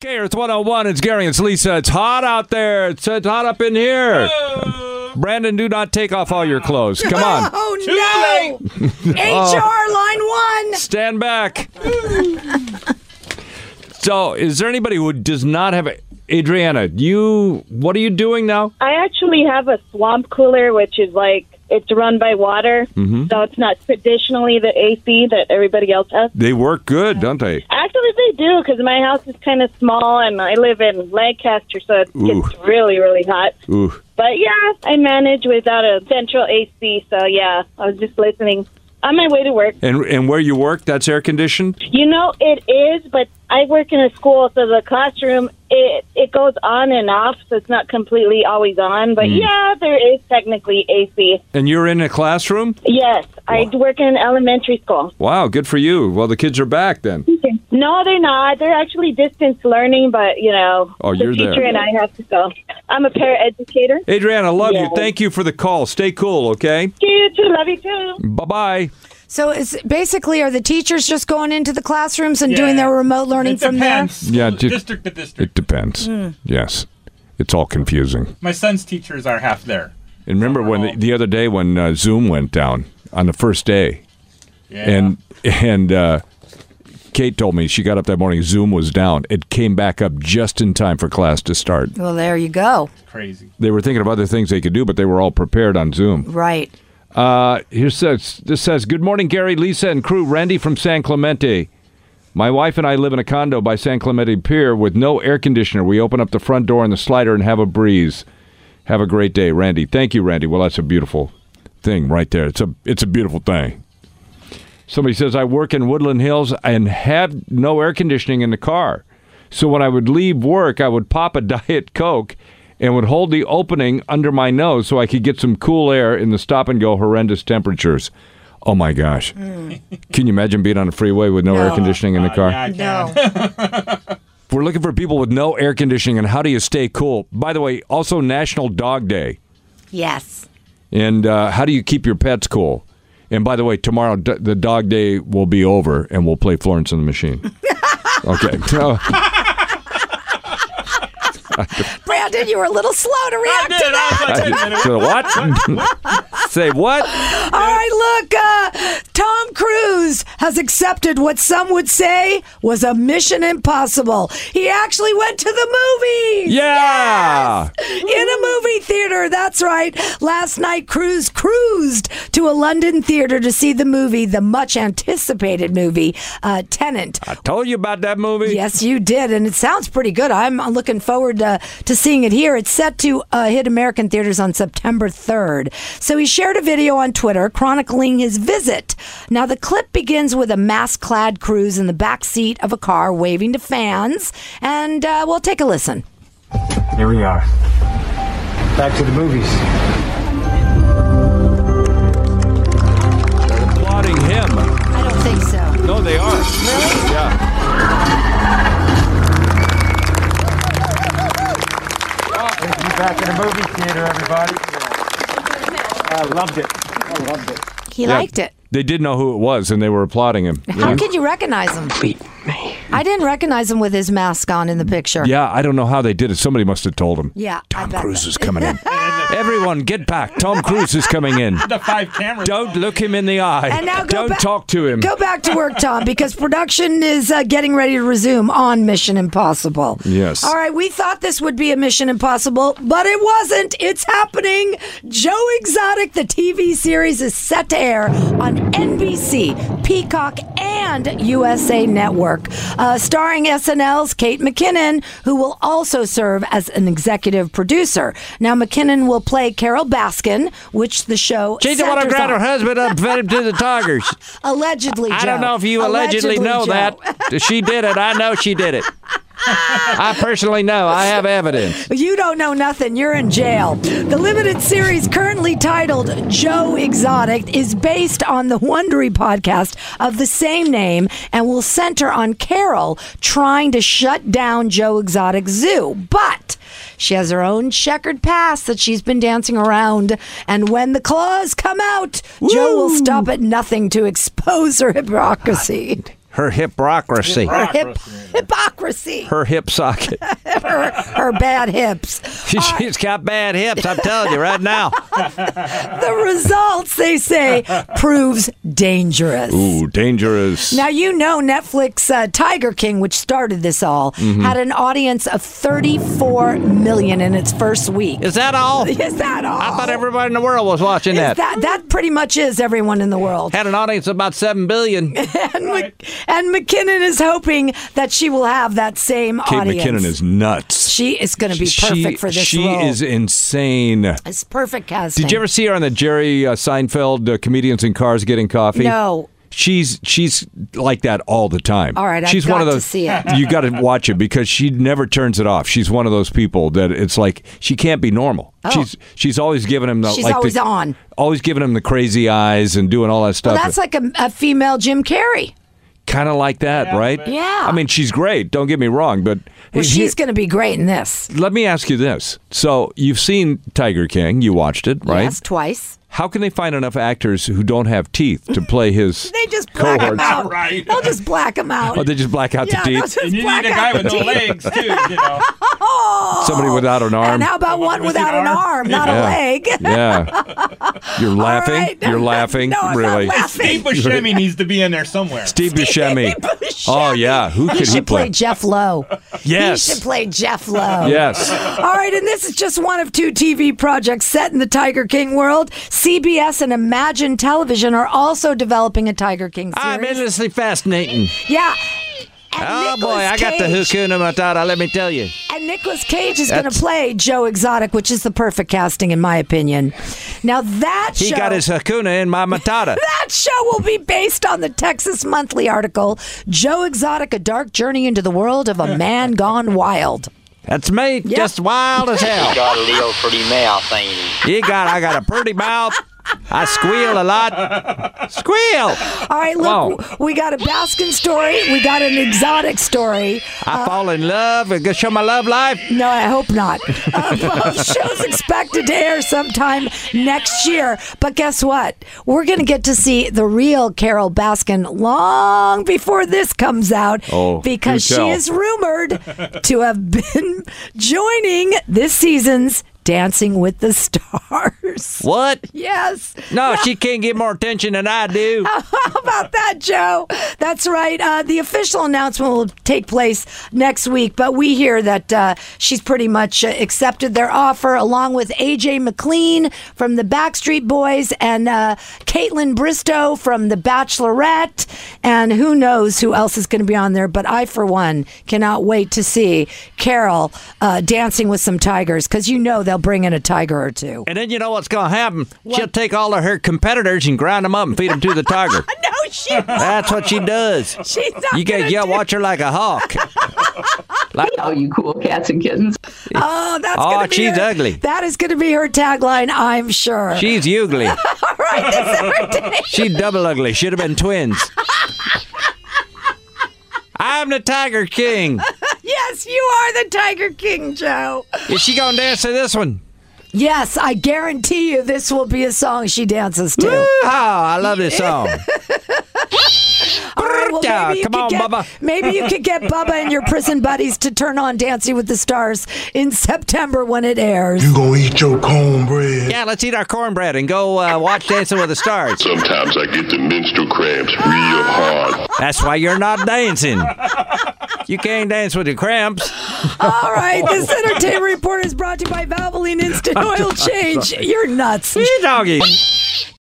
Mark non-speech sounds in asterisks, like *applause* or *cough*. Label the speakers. Speaker 1: Okay, it's 101. It's Gary. It's Lisa. It's hot out there. It's, it's hot up in here. Brandon, do not take off all your clothes. Come on.
Speaker 2: *laughs* Oh no!
Speaker 3: Oh.
Speaker 2: HR line one.
Speaker 1: Stand back. so, is there anybody who does not have a. Adriana, you. What are you doing now?
Speaker 4: I actually have a swamp cooler, which is like it's run by water, so it's not traditionally the AC that everybody else has.
Speaker 1: They work good, don't they?
Speaker 4: Actually, they do because my house is kind of small, and I live in Lancaster, so it
Speaker 1: Ooh.
Speaker 4: gets really, really hot.
Speaker 1: Ooh.
Speaker 4: But yeah, I manage without a central AC, so yeah, I was just listening on my way to work.
Speaker 1: And, and where you work, that's air conditioned?
Speaker 4: You know, it is, but I work in a school, so the classroom it it goes on and off, so it's not completely always on. But yeah, there is technically AC.
Speaker 1: And you're in a classroom?
Speaker 4: Yes, I work in an elementary school.
Speaker 1: Wow, good for you. Well, the kids are back then.
Speaker 4: No, they're not. They're actually distance learning, but you know,
Speaker 1: Oh,
Speaker 4: the
Speaker 1: you're there.
Speaker 4: teacher and I have to go. I'm a paraeducator.
Speaker 1: Adriana, love you.
Speaker 4: Yeah.
Speaker 1: Thank you for the call. Stay cool, okay?
Speaker 4: You too. Love you too.
Speaker 1: Bye bye.
Speaker 2: So it's basically, are the teachers just going into the classrooms and doing
Speaker 3: Yeah.
Speaker 2: their remote learning
Speaker 3: It
Speaker 2: from there?
Speaker 3: depends.
Speaker 1: Yeah, ju-
Speaker 3: district to district.
Speaker 1: It depends. Yes. It's all confusing.
Speaker 3: My son's teachers are half there.
Speaker 1: And remember when the, the other day when uh, Zoom went down on the first day,
Speaker 3: Yeah.
Speaker 1: and and uh, Kate told me she got up that morning. Zoom was down. It came back up just in time for class to start.
Speaker 2: Well, there you go.
Speaker 3: crazy.
Speaker 1: They were thinking of other things they could do, but they were all prepared on Zoom.
Speaker 2: Right.
Speaker 1: Uh, here says this says Good morning, Gary, Lisa, and crew. Randy from San Clemente. My wife and I live in a condo by San Clemente Pier with no air conditioner. We open up the front door and the slider and have a breeze. Have a great day, Randy. Thank you, Randy. Well, that's a beautiful thing right there. It's a it's a beautiful thing. Somebody says I work in Woodland Hills and have no air conditioning in the car. So when I would leave work, I would pop a *laughs* diet coke and would hold the opening under my nose so I could get some cool air in the stop and go horrendous temperatures. Oh my gosh. Can you imagine being on a freeway with no air conditioning in the car?
Speaker 3: Uh, Yeah,
Speaker 2: No.
Speaker 3: I can.
Speaker 1: We're looking for people with no air conditioning and how do you stay cool? By the way, also National Dog Day.
Speaker 2: yes.
Speaker 1: And uh, how do you keep your pets cool? And by the way, tomorrow d- the dog day will be over and we'll play Florence and the Machine. okay. *laughs* So,
Speaker 2: *laughs* Brandon, you were a little slow to react to
Speaker 3: Dude,
Speaker 2: that.
Speaker 3: I was like, wait a
Speaker 1: *laughs* so
Speaker 3: minute.
Speaker 1: what? Say what?
Speaker 2: All right, look, uh, Tom Cruise has accepted what some would say was a mission impossible. He actually went to the movies.
Speaker 1: Yeah.
Speaker 2: in a movie theater. That's right. Last night, Cruise cruised to a London theater to see the movie, the much anticipated movie, uh, Tenant.
Speaker 1: I told you about that movie.
Speaker 2: Yes, you did, and it sounds pretty good. I'm looking forward to, to seeing it here. It's set to uh, hit American theaters on September 3rd. So he shared a video on Twitter chronicling his visit. Now the clip begins with a mask-clad Cruise in the back seat of a car waving to fans, and uh, we'll take a listen.
Speaker 5: Here we are. Back to the movies.
Speaker 1: They're applauding him.
Speaker 2: I don't think so.
Speaker 1: No, they are. Yeah.
Speaker 5: You back in the movie theater, everybody. I loved it. I loved it.
Speaker 2: He
Speaker 1: Yeah.
Speaker 2: liked it.
Speaker 1: They did know who it was and they were applauding him.
Speaker 2: How
Speaker 1: Yeah.
Speaker 2: could you recognize him? I didn't recognize him with his mask on in the picture.
Speaker 1: Yeah, I don't know how they did it. Somebody must have told him.
Speaker 2: Yeah, I
Speaker 1: Tom
Speaker 2: bet
Speaker 1: Cruise is coming
Speaker 2: *laughs*
Speaker 1: in. Everyone, get back. Tom Cruise is coming in.
Speaker 3: The five cameras.
Speaker 1: Don't look him in the eye.
Speaker 2: And now go
Speaker 1: don't
Speaker 2: ba-
Speaker 1: talk to him.
Speaker 2: Go back to work, Tom, because production is uh, getting ready to resume on Mission Impossible.
Speaker 1: Yes.
Speaker 2: All right, we thought this would be a Mission Impossible, but it wasn't. It's happening. Joe Exotic, the TV series, is set to air on NBC, Peacock, and USA Network, uh, starring SNL's Kate McKinnon, who will also serve as an executive producer. Now, McKinnon will play Carol Baskin, which the show
Speaker 1: She didn't want to
Speaker 2: centers
Speaker 1: grab her
Speaker 2: on.
Speaker 1: husband up fed him to the
Speaker 2: *laughs*
Speaker 1: tigers.
Speaker 2: Allegedly,
Speaker 1: I don't
Speaker 2: Joe.
Speaker 1: know if you allegedly, know
Speaker 2: Joe.
Speaker 1: that. She did it. I know she did it. I personally know. I have evidence.
Speaker 2: You don't know nothing. You're in jail. The limited series, currently titled Joe Exotic, is based on the Wondery podcast of the same name and will center on Carol trying to shut down Joe Exotic Zoo. But she has her own checkered past that she's been dancing around. And when the claws come out, Joe will stop at nothing to expose her hypocrisy.
Speaker 1: Her hypocrisy.
Speaker 2: Hip,
Speaker 1: *laughs*
Speaker 2: hypocrisy.
Speaker 1: Her hip socket. *laughs*
Speaker 2: Her, her bad hips.
Speaker 1: She, has got bad hips. I'm telling you right now.
Speaker 2: The results, they say, proves dangerous.
Speaker 1: Ooh, dangerous.
Speaker 2: Now, you know, Netflix uh, Tiger King, which started this all,
Speaker 1: Mm-hmm.
Speaker 2: had an audience of 34 million in its first week.
Speaker 1: Is that
Speaker 2: *laughs*
Speaker 1: all? I
Speaker 2: Is that all?
Speaker 1: thought everybody in the world was watching
Speaker 2: Is
Speaker 1: that.
Speaker 2: that that pretty much is everyone in the world.
Speaker 1: Had an audience of about seven billion. Kate
Speaker 2: And, Mc- and McKinnon is hoping that she will have that same audience.
Speaker 1: nuts.
Speaker 2: She is going to be perfect for this
Speaker 1: she
Speaker 2: role.
Speaker 1: is insane.
Speaker 2: it's perfect casting.
Speaker 1: Did you ever see her on the Jerry uh, Seinfeld uh, comedians in cars getting coffee?
Speaker 2: No.
Speaker 1: She's she's like that all the time.
Speaker 2: All right, I've
Speaker 1: she's one of
Speaker 2: got to
Speaker 1: those.
Speaker 2: see it.
Speaker 1: You got to watch it because she never turns it off. She's one of those people that it's like she can't be normal.
Speaker 2: Oh.
Speaker 1: She's she's always giving him the
Speaker 2: She's
Speaker 1: like the-
Speaker 2: always on.
Speaker 1: always giving him the crazy eyes and doing all that stuff.
Speaker 2: Well, that's like a, a female Jim Carrey.
Speaker 1: kind of like that, right?
Speaker 2: Yeah.
Speaker 1: I mean, she's great. Don't get me wrong, but he-
Speaker 2: Well, she's going to be great in this.
Speaker 1: let me ask you this. So you've seen Tiger King, you watched it, right?
Speaker 2: Yes, twice.
Speaker 1: How can they find enough actors who don't have teeth to play his?
Speaker 2: *laughs* They just black him
Speaker 1: Cohorts.
Speaker 2: out.
Speaker 3: Right.
Speaker 2: They'll just black him out.
Speaker 1: oh, they just black out
Speaker 2: yeah,
Speaker 1: the
Speaker 2: they'll
Speaker 1: teeth.
Speaker 2: just
Speaker 3: And you
Speaker 2: black
Speaker 3: need a
Speaker 2: out
Speaker 3: guy with
Speaker 2: the
Speaker 3: no
Speaker 2: teeth.
Speaker 3: legs too. You know,
Speaker 1: *laughs* Somebody without an arm.
Speaker 2: And how about one
Speaker 3: With an
Speaker 2: without an
Speaker 3: arm?
Speaker 2: arm, not
Speaker 1: Yeah.
Speaker 2: a leg?
Speaker 1: yeah.
Speaker 2: *laughs*
Speaker 1: You're
Speaker 2: All
Speaker 1: laughing.
Speaker 2: right.
Speaker 1: You're laughing.
Speaker 2: *laughs* No, I'm
Speaker 1: really.
Speaker 2: not
Speaker 3: Steve
Speaker 2: laughing.
Speaker 3: Buscemi needs to be in there somewhere.
Speaker 1: Steve Buscemi. *laughs* Oh yeah. Who
Speaker 2: He
Speaker 1: could he
Speaker 2: should play
Speaker 1: play?
Speaker 2: Jeff Lowe.
Speaker 1: Yes.
Speaker 2: He should play Jeff Lowe.
Speaker 1: Yes.
Speaker 2: All right, and this is just one of two TV projects set in the Tiger King world. CBS and Imagine Television are also developing a Tiger King series.
Speaker 1: endlessly fascinating. Oh,
Speaker 2: yeah. And Nicolas Cage-
Speaker 1: hakuna matata. Let me tell you.
Speaker 2: And Nicolas Cage is going to
Speaker 1: That's-
Speaker 2: play Joe Exotic, which is the perfect casting, in my opinion. Now, that show.
Speaker 1: hakuna in my
Speaker 2: *laughs*
Speaker 1: matata.
Speaker 2: That show will be based on the Texas Monthly article, Joe Exotic, A Dark Journey into the World of a Man Gone Wild.
Speaker 1: That's me.
Speaker 2: just
Speaker 1: wild as hell.
Speaker 6: got a real pretty mouth, ain't he?
Speaker 1: You got, I got a pretty mouth. I squeal a lot.
Speaker 2: *laughs*
Speaker 1: Squeal.
Speaker 2: All right, look, we got a Baskin story. We got an exotic story.
Speaker 1: I fall in love. I go show my love life.
Speaker 2: No, I hope not. Uh, both shows expected to air sometime next year. But guess what? We're going to get to see the real Carol Baskin long before this comes out
Speaker 1: Oh,
Speaker 2: because
Speaker 1: do
Speaker 2: she
Speaker 1: tell.
Speaker 2: is rumored to have *laughs* been joining this season's Dancing with the Stars. *laughs*
Speaker 1: What?
Speaker 2: Yes.
Speaker 1: No, she can't get more attention than I do.
Speaker 2: How about that, Joe? That's right. Uh, the official announcement will take place next week, but we hear that uh, she's pretty much uh, accepted their offer, along with AJ McLean from the Backstreet Boys and uh, Caitlin Bristow from The Bachelorette, and who knows who else is going to be on there. But I, for one, cannot wait to see Carol uh, dancing with some tigers because you know they'll bring in a tiger or two.
Speaker 1: And then you know what's going to happen? She'll take all of her competitors and grind them up and feed them to the
Speaker 2: *laughs*
Speaker 1: tiger.
Speaker 2: No, she.
Speaker 1: That's what she does.
Speaker 2: She's not
Speaker 1: You
Speaker 2: gonna
Speaker 1: got yeah,
Speaker 2: do-
Speaker 1: watch her like a hawk.
Speaker 7: all you cool cats and kittens.
Speaker 2: Oh, that's
Speaker 1: Oh,
Speaker 2: gonna be
Speaker 1: she's
Speaker 2: her-
Speaker 1: ugly.
Speaker 2: That is going to be her tagline, I'm sure.
Speaker 1: She's ugly.
Speaker 2: *laughs* All right, this
Speaker 1: *laughs*
Speaker 2: is her day.
Speaker 1: She double ugly. Should have been
Speaker 2: *laughs*
Speaker 1: twins. I'm the Tiger King.
Speaker 2: Yes, you are the Tiger King, Joe.
Speaker 1: Is she gonna dance to this one?
Speaker 2: Yes, I guarantee you this will be a song she dances to.
Speaker 1: Woo-haw, Oh, I love this song.
Speaker 2: All right, well,
Speaker 1: Yeah,
Speaker 2: maybe you
Speaker 1: come
Speaker 2: could
Speaker 1: on,
Speaker 2: get,
Speaker 1: Bubba.
Speaker 2: Maybe you could get Bubba and your
Speaker 1: *laughs*
Speaker 2: prison buddies to turn on Dancing with the Stars in September when it airs.
Speaker 8: You gonna eat your cornbread.
Speaker 1: Yeah, let's eat our cornbread and go uh, watch Dancing with the Stars.
Speaker 9: Sometimes I get the menstrual cramps real hard.
Speaker 1: That's why you're not dancing. You can't dance with your cramps.
Speaker 2: All right,
Speaker 1: *laughs*
Speaker 2: this entertainment report is brought to you by Valvoline Instant Oil Change. You're nuts.
Speaker 1: You doggy.